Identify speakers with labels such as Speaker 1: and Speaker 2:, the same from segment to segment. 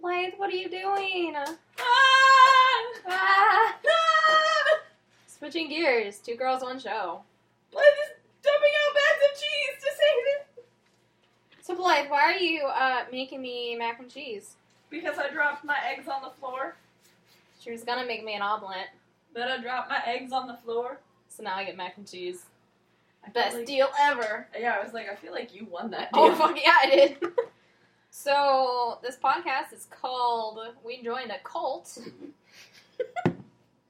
Speaker 1: What are you doing?
Speaker 2: Ah!
Speaker 1: Ah!
Speaker 2: Ah!
Speaker 1: Switching gears. Two girls, one show.
Speaker 2: Blythe is dumping out bags of cheese to save it.
Speaker 1: So Blythe, why are you uh, making me mac and cheese?
Speaker 2: Because I dropped my eggs on the floor.
Speaker 1: She was gonna make me an omelet,
Speaker 2: Then I dropped my eggs on the floor.
Speaker 1: so now I get mac and cheese.
Speaker 2: I feel
Speaker 1: Best
Speaker 2: like-
Speaker 1: deal ever.
Speaker 2: Yeah, I was like, I feel like you won that deal.
Speaker 1: Oh fuck yeah, I did. so this podcast is called "We Joined a Cult"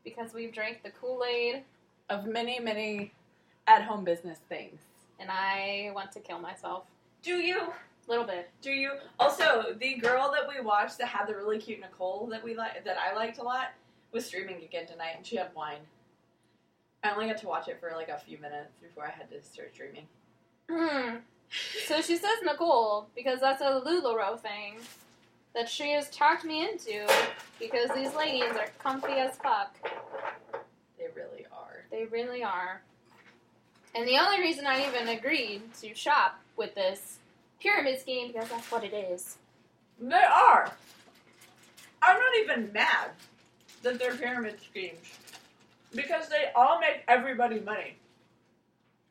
Speaker 1: because we've drank the Kool Aid,
Speaker 2: Of many, many at home business things.
Speaker 1: and I want to kill myself
Speaker 2: Do you?
Speaker 1: a little bit.
Speaker 2: Do you? Also, the girl that we watched that had the really cute Nicole that we like that I liked a lot was streaming again tonight, and she had wine. I only got to watch it for like a few minutes before I had to start streaming.
Speaker 1: Hmm. so she says Nicole because that's a Lularoe thing that she has talked me into because these leggings are comfy as fuck.
Speaker 2: They really are.
Speaker 1: They really are. And the only reason I even agreed to shop with this pyramid scheme because that's what it is.
Speaker 2: They are. I'm not even mad that they're pyramid schemes because they all make everybody money.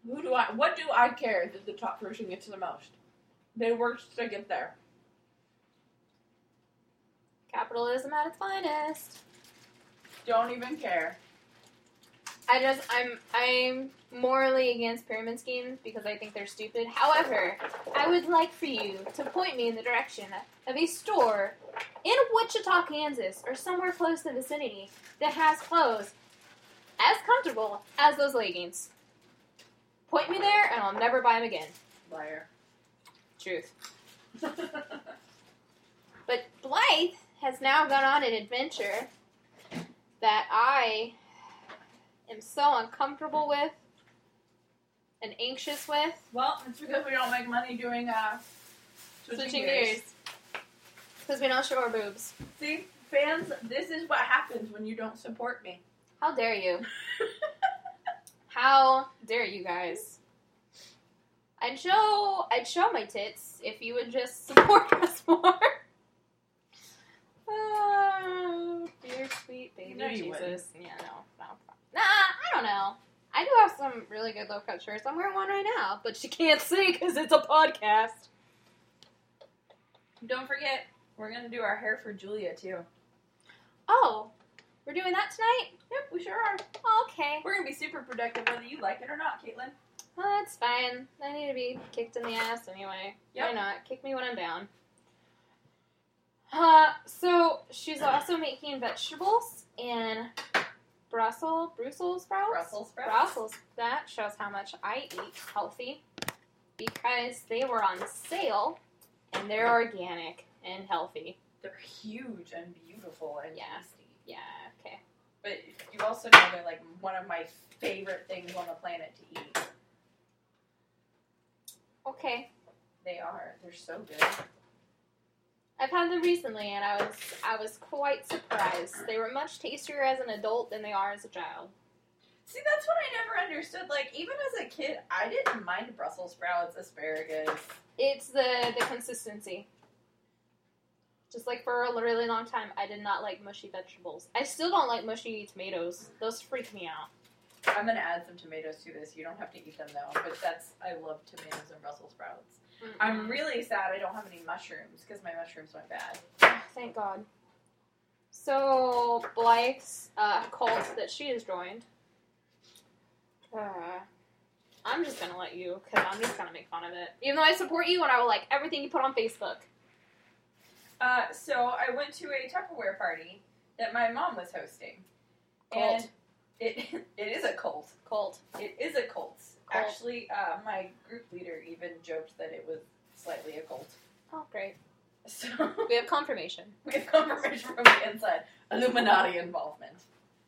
Speaker 2: Who do I? What do I care that the top person gets the most? They worked to get there.
Speaker 1: Capitalism at its finest.
Speaker 2: Don't even care.
Speaker 1: I just I'm I'm morally against pyramid schemes because I think they're stupid. However, I would like for you to point me in the direction of a store in Wichita, Kansas, or somewhere close to the vicinity that has clothes as comfortable as those leggings. Point me there, and I'll never buy them again.
Speaker 2: Liar.
Speaker 1: Truth. But Blythe has now gone on an adventure that I am so uncomfortable with and anxious with.
Speaker 2: well, it's because we don't make money doing uh switching, gears.
Speaker 1: Because we don't show our boobs.
Speaker 2: See, fans, this is what happens when you don't support me.
Speaker 1: How dare you? How dare you guys? I'd show I'd show my tits if you would just support us more. oh, dear sweet baby
Speaker 2: No, you
Speaker 1: Jesus.
Speaker 2: wouldn't.
Speaker 1: Yeah, no, no. Nah, I don't know. I do have some really good low cut shirts. I'm wearing one right now, but you can't see because it's a podcast.
Speaker 2: Don't forget, we're gonna do our hair for Julia too.
Speaker 1: Oh, we're doing that tonight.
Speaker 2: Yep, we sure are.
Speaker 1: Okay,
Speaker 2: We're gonna be super productive whether you like it or not, Caitlin.
Speaker 1: well, that's fine. I need to be kicked in the ass anyway. Why
Speaker 2: Yep.
Speaker 1: not? Kick me when I'm down. Uh, so she's also making vegetables and Brussels, Brussels sprouts.
Speaker 2: Brussels sprouts.
Speaker 1: Brussels. That shows how much I eat healthy because they were on sale and they're organic and healthy.
Speaker 2: They're huge and beautiful and
Speaker 1: Yeah.
Speaker 2: tasty.
Speaker 1: Yeah. Okay.
Speaker 2: But you also know they're like one of my favorite things on the planet to eat.
Speaker 1: Okay.
Speaker 2: They are. They're so good.
Speaker 1: I've had them recently and I was I was quite surprised. They were much tastier as an adult than they are as a child.
Speaker 2: See, that's what I never understood. Like, even as a kid, I didn't mind Brussels sprouts, asparagus.
Speaker 1: It's the the consistency. Just like for a really long time, I did not like mushy vegetables. I still don't like mushy tomatoes. Those freak me out.
Speaker 2: I'm gonna add some tomatoes to this. You don't have to eat them though, but that's I love tomatoes and Brussels sprouts. I'm really sad I don't have any mushrooms because my mushrooms went bad.
Speaker 1: thank God. So Blythe's uh, cult that she has joined. Uh, I'm just gonna let you, cause I'm just gonna make fun of it. Even though I support you and I will like everything you put on Facebook.
Speaker 2: Uh, so I went to a Tupperware party that my mom was hosting,
Speaker 1: Cult.
Speaker 2: and it it is a cult.
Speaker 1: Cult.
Speaker 2: It is a cult.
Speaker 1: Cult.
Speaker 2: Actually, uh, my group leader even joked that it was slightly a cult.
Speaker 1: Oh great.
Speaker 2: So
Speaker 1: We have confirmation.
Speaker 2: we have confirmation from the inside. Illuminati involvement.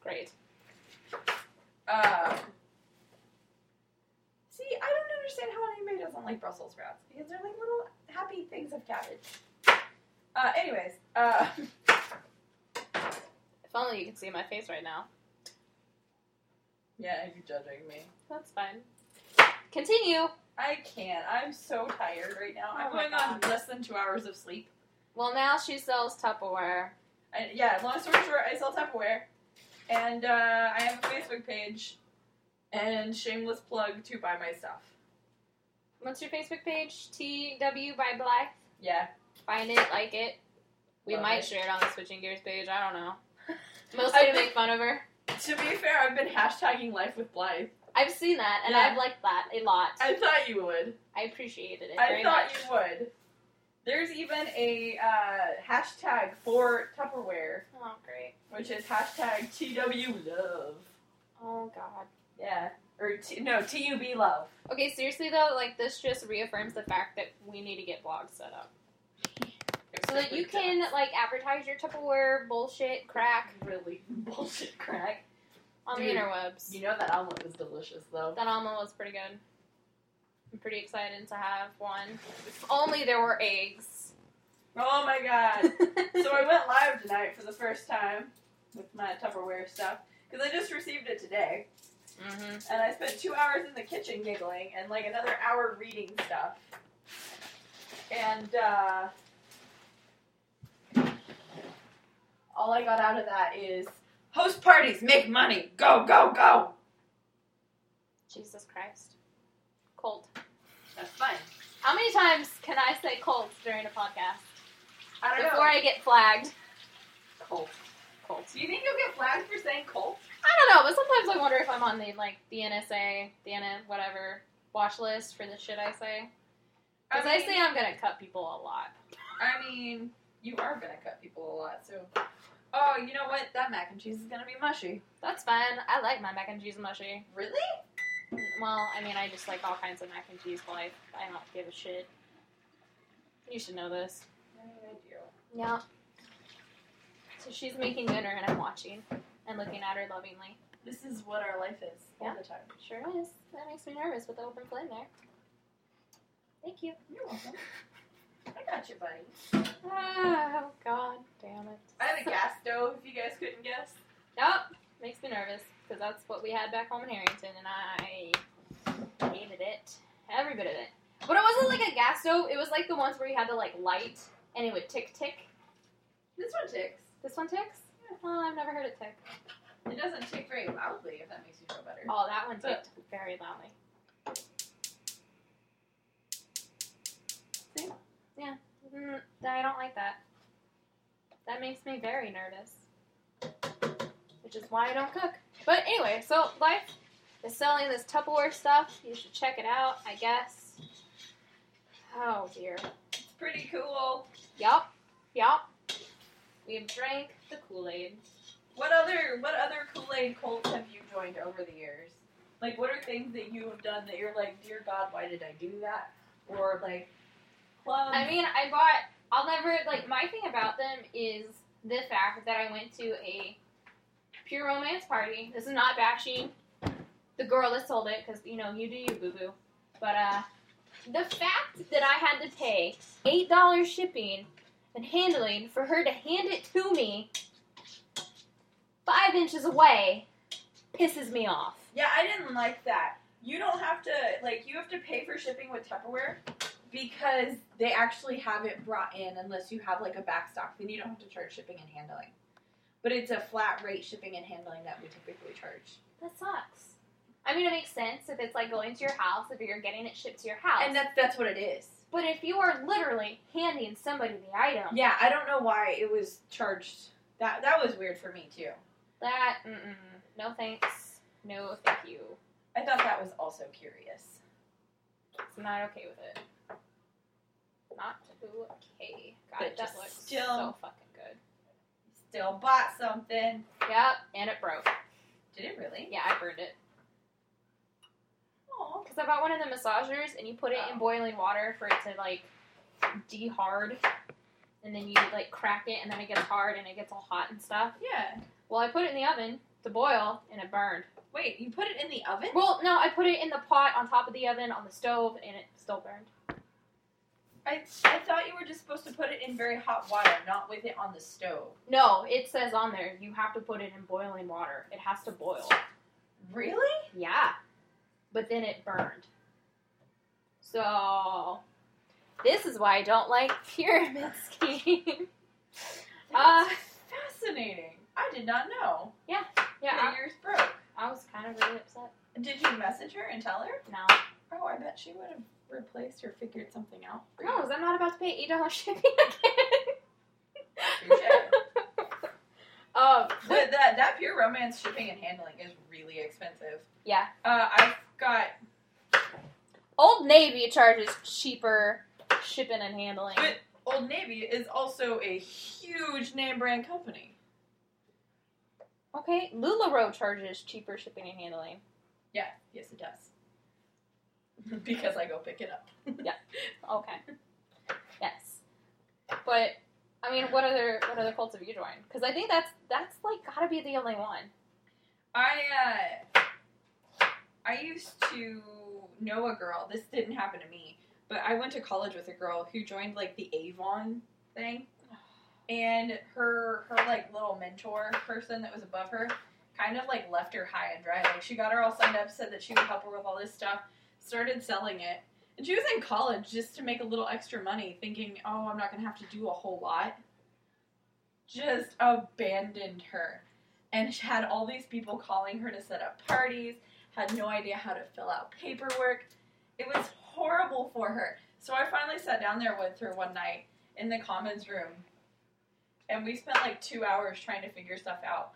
Speaker 1: Great.
Speaker 2: Um, see, I don't understand how anybody doesn't like Brussels sprouts because they're like little happy things of cabbage. Uh, anyways, uh,
Speaker 1: If only you could see my face right now.
Speaker 2: yeah, you're judging me.
Speaker 1: That's fine. Continue.
Speaker 2: I can't. I'm so tired right now.
Speaker 1: Oh
Speaker 2: I'm
Speaker 1: my
Speaker 2: going on
Speaker 1: God.
Speaker 2: less than two hours of sleep.
Speaker 1: Well, now she sells Tupperware.
Speaker 2: I, yeah, long story short, I sell Tupperware, and uh, I have a Facebook page, and shameless plug to buy my stuff.
Speaker 1: What's your Facebook page? TW by Black.
Speaker 2: Yeah,
Speaker 1: Find it, like it. We
Speaker 2: Love
Speaker 1: might
Speaker 2: it.
Speaker 1: share it on the Switching Gears page. I don't know. Mostly to
Speaker 2: think-
Speaker 1: make fun of her.
Speaker 2: to be fair, I've been hashtagging life with Blythe.
Speaker 1: I've seen that, and
Speaker 2: Yeah.
Speaker 1: I've liked that a lot. I,
Speaker 2: I thought you would.
Speaker 1: appreciated it
Speaker 2: I
Speaker 1: very
Speaker 2: thought
Speaker 1: much.
Speaker 2: you would. There's even a uh, hashtag for Tupperware,
Speaker 1: Oh, great.
Speaker 2: which is hashtag TW love.
Speaker 1: Oh, God.
Speaker 2: Yeah, or t- no TUB love.
Speaker 1: Okay, seriously, though, like, this just reaffirms the fact that we need to get blogs set up. So that you can, like, advertise your Tupperware bullshit crack
Speaker 2: really bullshit crack.
Speaker 1: on
Speaker 2: Dude.
Speaker 1: the interwebs.
Speaker 2: You know that omelet was delicious though.
Speaker 1: That alma was pretty good. I'm pretty excited to have one. If only there were eggs.
Speaker 2: Oh my god. so I went live tonight for the first time with my Tupperware stuff because I just received it today,
Speaker 1: hmm
Speaker 2: and I spent two hours in the kitchen giggling and like another hour reading stuff. And uh, all I got out of that is host parties, make money, go go go.
Speaker 1: Jesus Christ. Cold.
Speaker 2: That's fun.
Speaker 1: How many times can I say cold during a podcast
Speaker 2: I don't
Speaker 1: before
Speaker 2: know.
Speaker 1: I get flagged?
Speaker 2: Colt.
Speaker 1: Cold.
Speaker 2: Do you think you'll get flagged for saying Colt?
Speaker 1: I don't know, but sometimes I wonder if I'm on the like the NSA, the N whatever watch list for the shit I say. Because I,
Speaker 2: mean-
Speaker 1: say I'm gonna cut people a lot.
Speaker 2: I mean, you are gonna cut people a lot, so. Oh, you know what? That mac and cheese is gonna be mushy.
Speaker 1: That's fine. I like my mac and cheese mushy.
Speaker 2: Really?
Speaker 1: Well, I mean, I just like all kinds of mac and cheese, but I, I don't give a shit. You should know this.
Speaker 2: I do.
Speaker 1: Yeah. So she's making dinner and I'm watching and looking at her lovingly.
Speaker 2: This is what our life is all
Speaker 1: Yeah.
Speaker 2: the time.
Speaker 1: Sure is. That makes me nervous with the open flame there. Thank you.
Speaker 2: You're welcome. I got you, buddy.
Speaker 1: Oh, God damn it.
Speaker 2: I have a gas stove. If you guys couldn't guess.
Speaker 1: Nope. Makes me nervous because that's what we had back home in Harrington, and I hated it. Every bit of it. But it wasn't like a gas stove. It was like the ones where you had to like light, and it would tick tick.
Speaker 2: This one ticks.
Speaker 1: This one ticks. Oh, I've never heard it tick.
Speaker 2: It doesn't tick very loudly, if that makes you feel better.
Speaker 1: Oh, that one ticked very loudly. See? Yeah. Mm, I don't like that. That makes me very nervous. Which is why I don't cook. But anyway, so Life is selling this Tupperware stuff. You should check it out, I guess. Oh dear.
Speaker 2: It's pretty cool.
Speaker 1: Yup. Yup. We've drank the Kool-Aid.
Speaker 2: What other What other Kool Aid cults have you joined over the years? Like, what are things that you have done that you're like, dear God, why did I do that? Or like, clubs.
Speaker 1: I mean, I bought. I'll never like my thing about them is the fact that I went to a pure romance party. This is not bashing the girl that sold it because you know you do you boo boo, but uh, the fact that I had to pay eight dollars shipping and handling for her to hand it to me five inches away pisses me off.
Speaker 2: Yeah, I didn't like that. You don't have to like you have to pay for shipping with Tupperware because they actually have it brought in unless you have like a backstock. Then you don't have to charge shipping and handling. But it's a flat rate shipping and handling that we typically charge.
Speaker 1: That sucks. I mean, it makes sense if it's like going to your house if you're getting it shipped to your house.
Speaker 2: And that's that's what it is.
Speaker 1: But if you are literally handing somebody the item,
Speaker 2: Yeah, I don't know why it was charged. That that was weird for me too.
Speaker 1: that mm-mm, no thanks, no thank you.
Speaker 2: I thought that was also curious.
Speaker 1: It's not okay with it. Not okay. God,
Speaker 2: But
Speaker 1: that
Speaker 2: just
Speaker 1: looks
Speaker 2: still-
Speaker 1: so fucking good.
Speaker 2: Still bought something.
Speaker 1: Yep, and it broke.
Speaker 2: Did it really?
Speaker 1: Yeah, I burned it
Speaker 2: Aw.
Speaker 1: because I bought one of the massagers, and you put it
Speaker 2: Oh.
Speaker 1: in boiling water for it to like de-hard, and then you like crack it, and then it gets hard, and it gets all hot and stuff.
Speaker 2: Yeah.
Speaker 1: Well, I put it in the oven to boil, and it burned.
Speaker 2: Wait, you put it in the oven?
Speaker 1: Well, no, I put it in the pot on top of the oven on the stove, and it still burned.
Speaker 2: I, I thought you were just supposed to put it in very hot water, not with it on the stove.
Speaker 1: No, it says on there you have to put it in boiling water. It has to boil.
Speaker 2: Really?
Speaker 1: Yeah. But then it burned. So This is why I don't like pyramid scheme. Uh,
Speaker 2: Fascinating. I did not know
Speaker 1: yeah,
Speaker 2: that yours broke.
Speaker 1: I, I was kind of really upset.
Speaker 2: Did you message her and tell her?
Speaker 1: No,
Speaker 2: Oh, I bet she would have replaced or figured something out for
Speaker 1: no,
Speaker 2: you.
Speaker 1: 'cause I'm not about to pay eight dollars shipping again. um,
Speaker 2: But that that pure romance shipping and handling is really expensive.
Speaker 1: Yeah.
Speaker 2: Uh, I've got,
Speaker 1: Old Navy charges cheaper shipping and handling.
Speaker 2: but Old Navy is also a huge name brand company.
Speaker 1: Okay, Lularoe charges cheaper shipping and handling.
Speaker 2: Yeah. Yes, it does. because I go pick it up.
Speaker 1: Okay. Yes. But I mean, what other what other cults have you joined? Because I think that's that's like gotta be the only one.
Speaker 2: I uh, I used to know a girl. This didn't happen to me, but I went to college with a girl who joined like the Avon thing, and her her like little mentor person that was above her kind of like left her high and dry. Like she got her all signed up, said that she would help her with all this stuff, started selling it. And she was in college just to make a little extra money, thinking, oh, I'm not going to have to do a whole lot. Just abandoned her and she had all these people calling her to set up parties, had no idea how to fill out paperwork. It was horrible for her. So I finally sat down there with her one night in the commons room, and we spent like two hours trying to figure stuff out.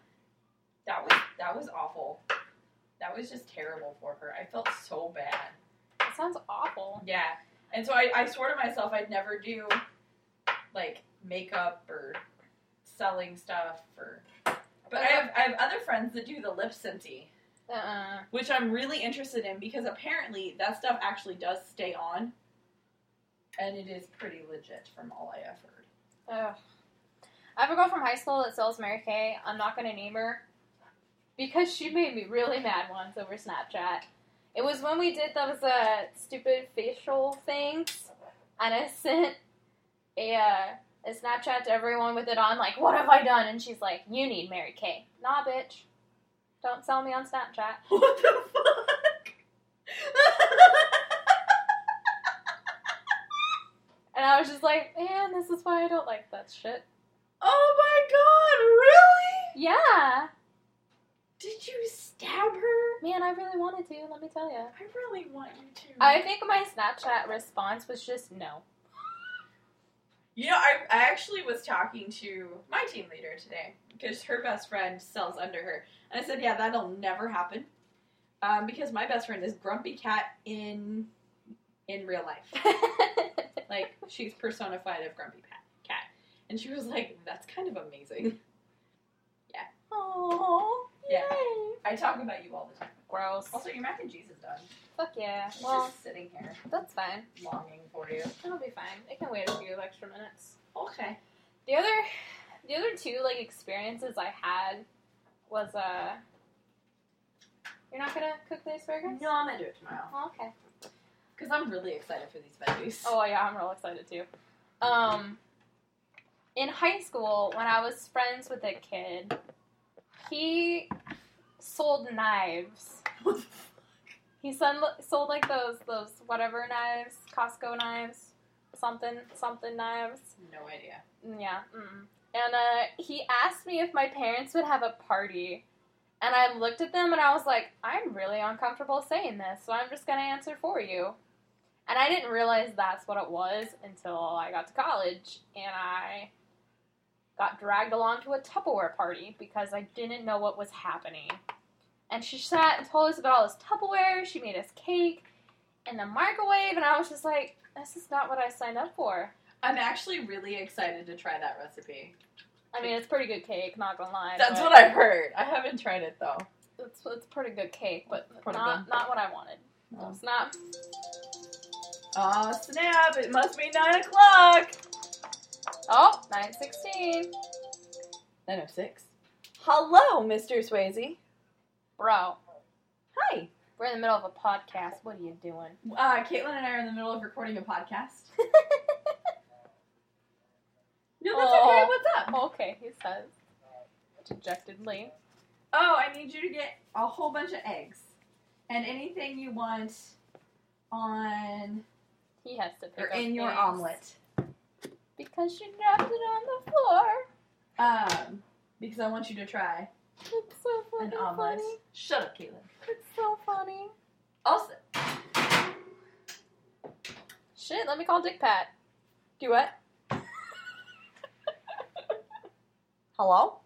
Speaker 2: That was that was awful. That was just terrible for her. I felt so bad.
Speaker 1: That sounds awful.
Speaker 2: Yeah. And so I, I swore to myself I'd never do like makeup or selling stuff or but I have I have other friends that do the lip scenty,
Speaker 1: Uh. uh
Speaker 2: which I'm really interested in because apparently that stuff actually does stay on. And it is pretty legit from all I have heard.
Speaker 1: Ugh. I have a girl from high school that sells Mary Kay. I'm not going to name her because she made me really mad once over Snapchat. It was when we did those uh, stupid facial things, and I sent a, uh, a Snapchat to everyone with it on, like, what have I done? And she's like, you need Mary Kay. Nah, bitch. Don't sell me on Snapchat.
Speaker 2: What the fuck?
Speaker 1: And I was just like, man, this is why I don't like that shit.
Speaker 2: oh my god, really?
Speaker 1: Yeah.
Speaker 2: Did you stab her?
Speaker 1: Man, I really wanted to, let me tell you.
Speaker 2: I really want you to.
Speaker 1: I think my Snapchat response was just no.
Speaker 2: You know, I, I actually was talking to my team leader today because her best friend sells under her. And I said, yeah, that'll never happen um, because my best friend is Grumpy Cat in in real life. Like, she's personified of Grumpy Pat, Cat. And she was like, that's kind of amazing.
Speaker 1: Oh,
Speaker 2: Yeah. I talk about you all the time.
Speaker 1: Gross.
Speaker 2: Also, your mac and cheese is done.
Speaker 1: Oh, Fuck yeah.
Speaker 2: It's
Speaker 1: Well,
Speaker 2: just sitting here
Speaker 1: that's fine.
Speaker 2: longing for you.
Speaker 1: It'll be fine. It can wait a few extra minutes.
Speaker 2: Okay.
Speaker 1: The other, the other two like experiences I had was uh. You're not gonna cook these burgers?
Speaker 2: No, I'm going to do it tomorrow
Speaker 1: Oh, okay.
Speaker 2: because I'm really excited for these veggies.
Speaker 1: Oh yeah, I'm real excited too. Um, in high school, when I was friends with a kid, he sold knives. He sold, sold like those those whatever knives, Costco knives, something something knives.
Speaker 2: no idea.
Speaker 1: Mm, Yeah. Mm. And uh, he asked me if my parents would have a party, and I looked at them and I was like, I'm really uncomfortable saying this, so I'm just gonna answer for you. And I didn't realize that's what it was until I got to college and I got dragged along to a Tupperware party because I didn't know what was happening. And she sat and told us about all this Tupperware, she made us cake and the microwave, and I was just like, this is not what I signed up for.
Speaker 2: I'm actually really excited to try that recipe.
Speaker 1: I mean, it's pretty good cake, not gonna lie.
Speaker 2: That's
Speaker 1: but
Speaker 2: what I've heard. I haven't tried it though.
Speaker 1: It's, it's pretty good cake, but
Speaker 2: Pretty
Speaker 1: not not what I wanted.
Speaker 2: No.
Speaker 1: It's not.
Speaker 2: Aw, snap! It must be nine o'clock.
Speaker 1: Oh, 916.
Speaker 2: Nine o six. Hello, Mr. Swayze.
Speaker 1: Bro,
Speaker 2: Hi.
Speaker 1: we're in the middle of a podcast. What are you doing?
Speaker 2: Uh, Caitlin and I are in the middle of recording a podcast. No, that's
Speaker 1: Aw.
Speaker 2: okay. What's up?
Speaker 1: okay, he says dejectedly.
Speaker 2: Oh, I need you to get a whole bunch of eggs and anything you want on
Speaker 1: He has to pick
Speaker 2: Or
Speaker 1: up
Speaker 2: in your
Speaker 1: things.
Speaker 2: omelet.
Speaker 1: Because she dropped it on the floor.
Speaker 2: Um, because I want you to try
Speaker 1: It's so fucking
Speaker 2: an omelet.
Speaker 1: funny.
Speaker 2: Shut up, Caitlin.
Speaker 1: It's so funny.
Speaker 2: Also,
Speaker 1: Shit, let me call Dick Pat. Do what?
Speaker 2: hello.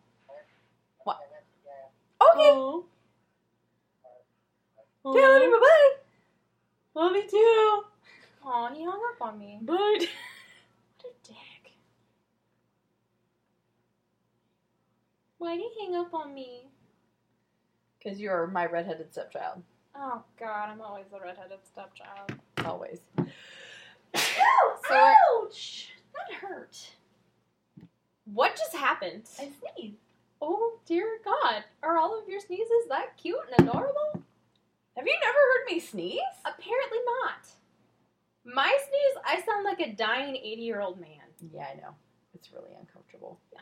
Speaker 2: What? Okay,
Speaker 1: Oh.
Speaker 2: Caitlin,
Speaker 1: Oh,
Speaker 2: bye bye. Love you too.
Speaker 1: Aw, he hung up on me.
Speaker 2: Bye.
Speaker 1: What a dick. Why'd he hang up on me?
Speaker 2: Because you're my redheaded stepchild,
Speaker 1: Oh god, I'm always the redheaded stepchild.
Speaker 2: always.
Speaker 1: So-
Speaker 2: ouch! That hurt.
Speaker 1: What just happened?
Speaker 2: I sneezed.
Speaker 1: Oh dear god, are all of your sneezes that cute and adorable?
Speaker 2: Have you never heard me sneeze?
Speaker 1: Apparently not. My sneeze, I sound like a dying 80 year old man.
Speaker 2: Yeah, I know. It's really uncomfortable.
Speaker 1: I-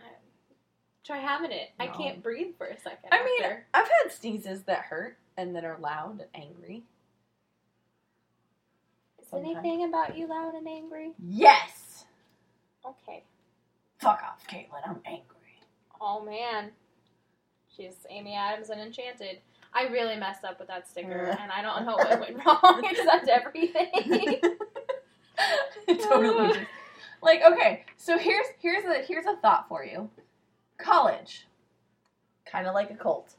Speaker 1: Try having it. I
Speaker 2: No.
Speaker 1: can't breathe for a second.
Speaker 2: I mean,
Speaker 1: after.
Speaker 2: I've had sneezes that hurt and that are loud and angry.
Speaker 1: is
Speaker 2: sometimes.
Speaker 1: anything about you loud and angry?
Speaker 2: Yes!
Speaker 1: Okay.
Speaker 2: Fuck off, Caitlin. I'm angry.
Speaker 1: Oh man. She's Amy Adams and Enchanted. I really messed up with that sticker,
Speaker 2: Yeah.
Speaker 1: and I don't know what went wrong except everything.
Speaker 2: totally. Just, like, okay, so here's here's a here's a thought for you. College, kind of like a cult,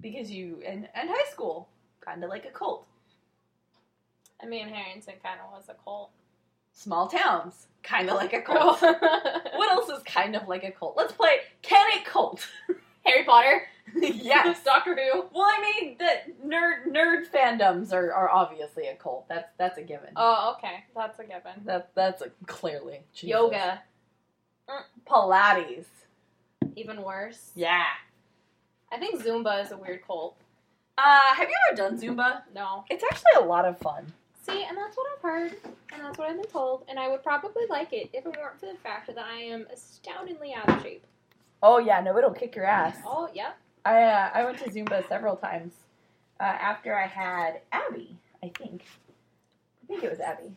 Speaker 2: because you and and high school, kind of like a cult.
Speaker 1: I mean, Harrington kind of was a cult.
Speaker 2: Small towns, kind of like a cult. what else is kind of like a cult? Let's play can a cult.
Speaker 1: Harry Potter.
Speaker 2: yes.
Speaker 1: Doctor Who.
Speaker 2: Well, I mean, the nerd nerd fandoms are, are obviously a cult. That's that's a given.
Speaker 1: Oh, okay. That's a given.
Speaker 2: that that's a, clearly Jesus.
Speaker 1: Yoga.
Speaker 2: Pilates.
Speaker 1: Even worse.
Speaker 2: Yeah.
Speaker 1: I think Zumba is a weird cult.
Speaker 2: Uh, have you ever done Zumba?
Speaker 1: No.
Speaker 2: It's actually a lot of fun.
Speaker 1: See, and that's what I've heard, and that's what I've been told, and I would probably like it if it weren't for the fact that I am astoundingly out of shape.
Speaker 2: Oh yeah, no, it'll kick your ass.
Speaker 1: Oh, yep.
Speaker 2: I uh, I went to Zumba several times uh, after I had Abby. I think I think it was Abby,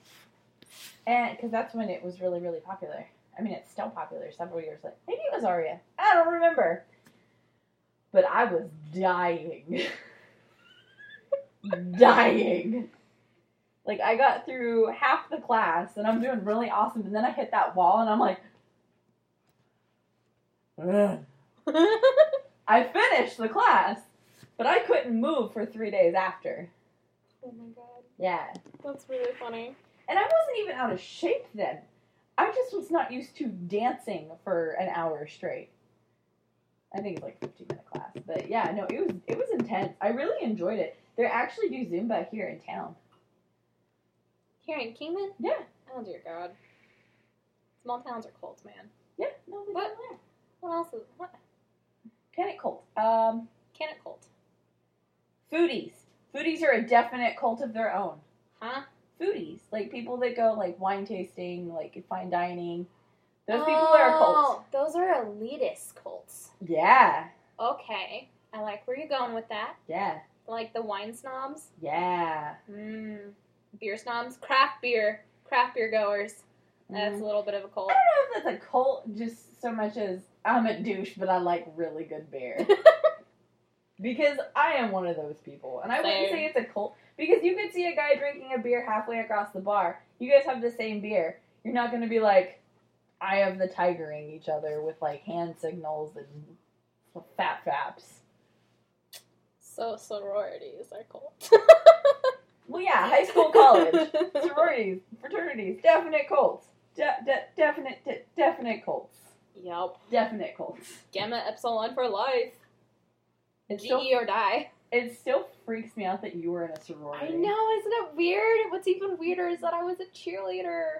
Speaker 2: and because that's when it was really really popular. I mean, it's still popular several years later. Maybe it was Aria. I don't remember. But I was dying, dying. Like I got through half the class and I'm doing really awesome, and then I hit that wall and I'm like. "Ugh."
Speaker 1: Oh
Speaker 2: I finished the class, but I couldn't move for three days after.
Speaker 1: Oh my god,
Speaker 2: Yeah.
Speaker 1: that's really funny.
Speaker 2: And I wasn't even out of shape then. I just was not used to dancing for an hour straight. I think it's like a 15 minute class. But yeah, no, it was it was intense. I really enjoyed it. They actually do Zumba here in town.
Speaker 1: Karen Kingman?
Speaker 2: Yeah.
Speaker 1: Oh dear god. Small towns are cults, man.
Speaker 2: Yeah, no, they
Speaker 1: What? What else is what?
Speaker 2: Panic cult. Um
Speaker 1: Can it cult?
Speaker 2: foodies. Foodies are a definite cult of their own.
Speaker 1: Huh?
Speaker 2: Foodies. Like people that go like wine tasting, like fine dining. Those people are a cult.
Speaker 1: Oh, Those are elitist cults.
Speaker 2: Yeah.
Speaker 1: Okay. I like where you're going with that.
Speaker 2: Yeah.
Speaker 1: Like the wine snobs.
Speaker 2: Yeah.
Speaker 1: Mmm. Beer snobs. Craft beer. Craft beer goers. That's a
Speaker 2: Mm.
Speaker 1: little bit of a cult.
Speaker 2: I don't know if that's a cult just so much as I'm a douche, but I like really good beer. because I am one of those people. And I wouldn't
Speaker 1: Same.
Speaker 2: say it's a cult because you could see a guy drinking a beer halfway across the bar. You guys have the same beer. You're not going to be like, I of the tigering each other with like hand signals and fat faps.
Speaker 1: So sororities are cult.
Speaker 2: Well, yeah, high school, college, sororities, fraternities, definite cults. De- de- definite, de- definite cults.
Speaker 1: Yup.
Speaker 2: Definite cults.
Speaker 1: Gamma Epsilon for life.
Speaker 2: It
Speaker 1: GE
Speaker 2: still,
Speaker 1: or die.
Speaker 2: it still freaks me out that you were in a
Speaker 1: I
Speaker 2: sorority.
Speaker 1: know, isn't it weird? What's even weirder is that I was a cheerleader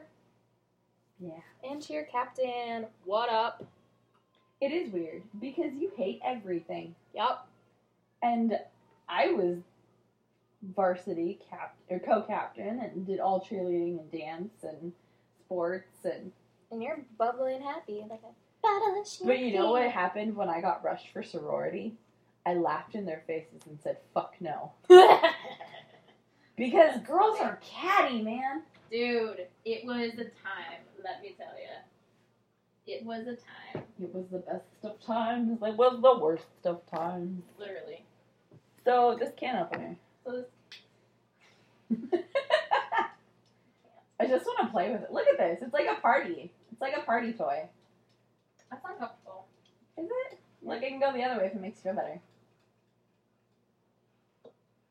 Speaker 2: Yeah.
Speaker 1: and cheer captain. What up?
Speaker 2: It is weird because you hate everything.
Speaker 1: Yup.
Speaker 2: And I was varsity cap or co-captain and did all cheerleading and dance and sports and
Speaker 1: And you're bubbly and happy like a bottle of champagne.
Speaker 2: But you know what happened when I got rushed for sorority? I laughed in their faces and said, "Fuck no." Because girls are catty, man.
Speaker 3: Dude, it was a time, let me tell you. It was a time,
Speaker 2: It was the best of times. It was the worst of times.
Speaker 3: literally.
Speaker 2: So this can opener.
Speaker 3: So this,
Speaker 2: I just want to play with it. Look at this. It's like a party. It's like a party toy.
Speaker 3: that's uncomfortable.
Speaker 2: Is it? Look, I can go the other way if it makes you feel better.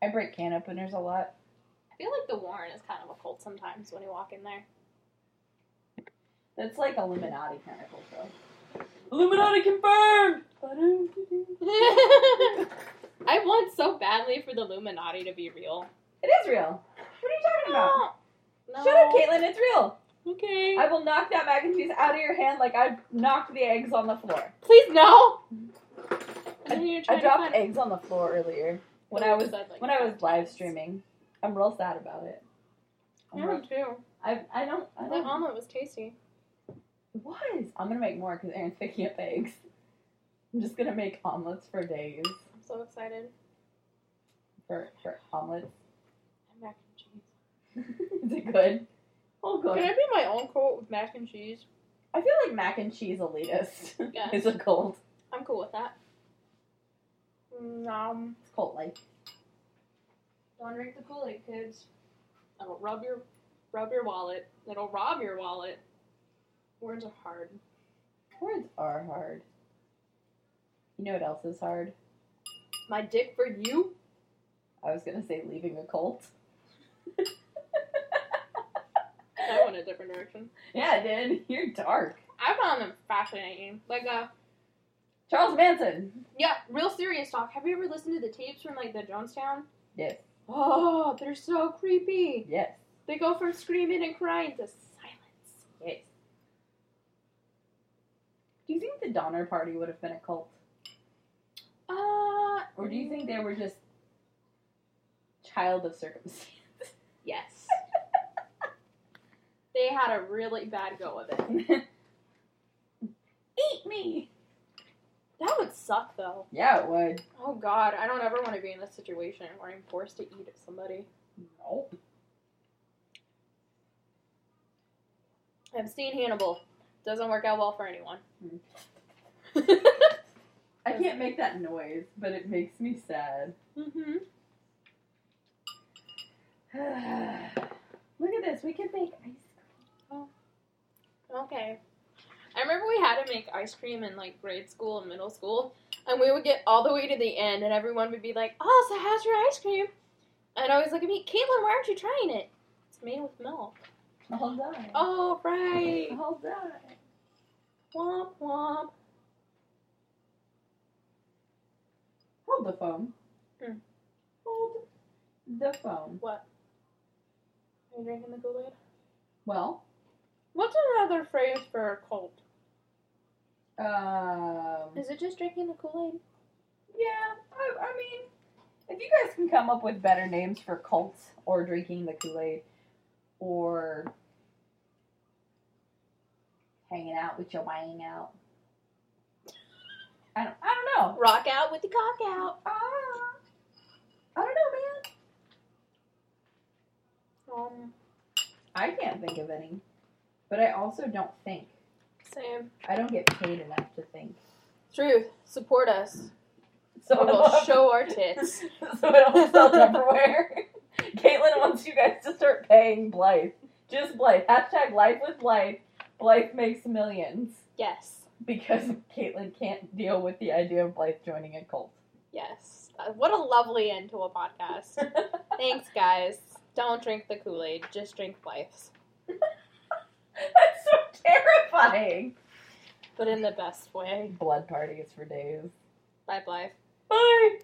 Speaker 2: I break can openers a lot.
Speaker 1: I feel like the Warren is kind of a cult sometimes when you walk in there.
Speaker 2: That's like Illuminati kind of cool though. Illuminati confirmed! Ba-dum-dee-doo.
Speaker 1: I want so badly for the Illuminati to be real.
Speaker 2: It is real. What are you talking about?
Speaker 1: No.
Speaker 2: Shut up, Caitlin. It's real.
Speaker 1: Okay.
Speaker 2: I will knock that mac and cheese out of your hand like I knocked the eggs on the floor.
Speaker 1: Please no. I, know you're
Speaker 2: I
Speaker 1: trying to
Speaker 2: dropped
Speaker 1: find-
Speaker 2: eggs on the floor earlier when I was
Speaker 1: I'd like
Speaker 2: when I was
Speaker 1: that.
Speaker 2: live streaming. I'm real sad about it. I'm
Speaker 1: Yeah, um,
Speaker 2: real-
Speaker 1: me too.
Speaker 2: I I don't I
Speaker 1: That
Speaker 2: don't
Speaker 1: omelet was tasty.
Speaker 2: It was. I'm gonna make more because Aaron's picking up eggs. I'm just gonna make omelets for days.
Speaker 1: I'm so excited.
Speaker 2: For for omelets.
Speaker 1: And mac and cheese.
Speaker 2: Is it good? Oh
Speaker 1: Can I
Speaker 2: good.
Speaker 1: be my own cult with mac and cheese?
Speaker 2: I feel like mac and cheese elitist.
Speaker 1: Yeah.
Speaker 2: it's a cult.
Speaker 1: I'm cool with that. Nom.
Speaker 2: It's cult like.
Speaker 3: Don't drink the Kool Aid, kids.
Speaker 1: It'll rub your rub your wallet. It'll rob your wallet. Words are hard.
Speaker 2: Words are hard. You know what else is hard?
Speaker 1: My dick for you?
Speaker 2: I was gonna say leaving a cult.
Speaker 1: That went a different direction.
Speaker 2: Yeah, I did. You're dark.
Speaker 1: I found them fascinating. Like uh
Speaker 2: Charles Manson.
Speaker 1: yeah, real serious talk. Have you ever listened to the tapes from like the Jonestown?
Speaker 2: Yes.
Speaker 1: Oh, they're so creepy.
Speaker 2: Yes.
Speaker 1: They go from screaming and crying to silence.
Speaker 2: Yes. Do you think the Donner Party would have been a cult?
Speaker 1: Uh
Speaker 2: Or do you think they were just child of circumstance?
Speaker 1: Yes. they had a really bad go of it.
Speaker 2: Eat me!
Speaker 1: That would suck though.
Speaker 2: Yeah, it would.
Speaker 1: Oh god, I don't ever want to be in this situation where I'm forced to eat somebody.
Speaker 2: Nope.
Speaker 1: I've seen Hannibal. Doesn't work out well for anyone.
Speaker 2: Hmm.
Speaker 1: mm-hmm.
Speaker 2: I can't make that noise, but it makes me sad.
Speaker 1: Mm-hmm.
Speaker 2: Look at this. We can make ice
Speaker 1: Okay. I remember we had to make ice cream in like grade school and middle school, and we would get all the way to the end, and everyone would be like, "Oh, so how's your ice cream?" And I always look at me, Caitlin, why aren't you trying it? It's made with milk.
Speaker 2: cream. All done.
Speaker 1: Oh right.
Speaker 2: All done.
Speaker 1: Womp womp.
Speaker 2: Hold the phone.
Speaker 1: Hmm.
Speaker 2: Hold the phone.
Speaker 1: Are you drinking the Kool Aid?
Speaker 2: Well,
Speaker 1: What's another phrase for a cult?
Speaker 2: um.
Speaker 1: Is it just drinking the Kool Aid?
Speaker 2: Yeah, I, I mean, if you guys can come up with better names for cults or drinking the Kool Aid or hanging out with your wang out, I don't, I don't know.
Speaker 1: Rock out with the cock out.
Speaker 2: Ah, I don't know,
Speaker 1: Um,
Speaker 2: man. I can't think of any, but I also don't think.
Speaker 1: same.
Speaker 2: I don't get paid enough to think.
Speaker 1: Truth, support us.
Speaker 2: So
Speaker 1: Or we'll show our tits.
Speaker 2: so it'll sell Tupperware. Caitlin wants you guys to start paying Blythe. Just Blythe. Hashtag life with Blythe. Blythe makes millions.
Speaker 1: Yes,
Speaker 2: Because Caitlin can't deal with the idea of Blythe joining a cult.
Speaker 1: yes. Uh, what a lovely end to a podcast. Thanks, guys. Don't drink the Kool Aid, just drink Blythe's.
Speaker 2: That's so terrifying.
Speaker 1: But in the best way.
Speaker 2: Blood parties for days.
Speaker 1: Bye, Blythe.
Speaker 2: Bye.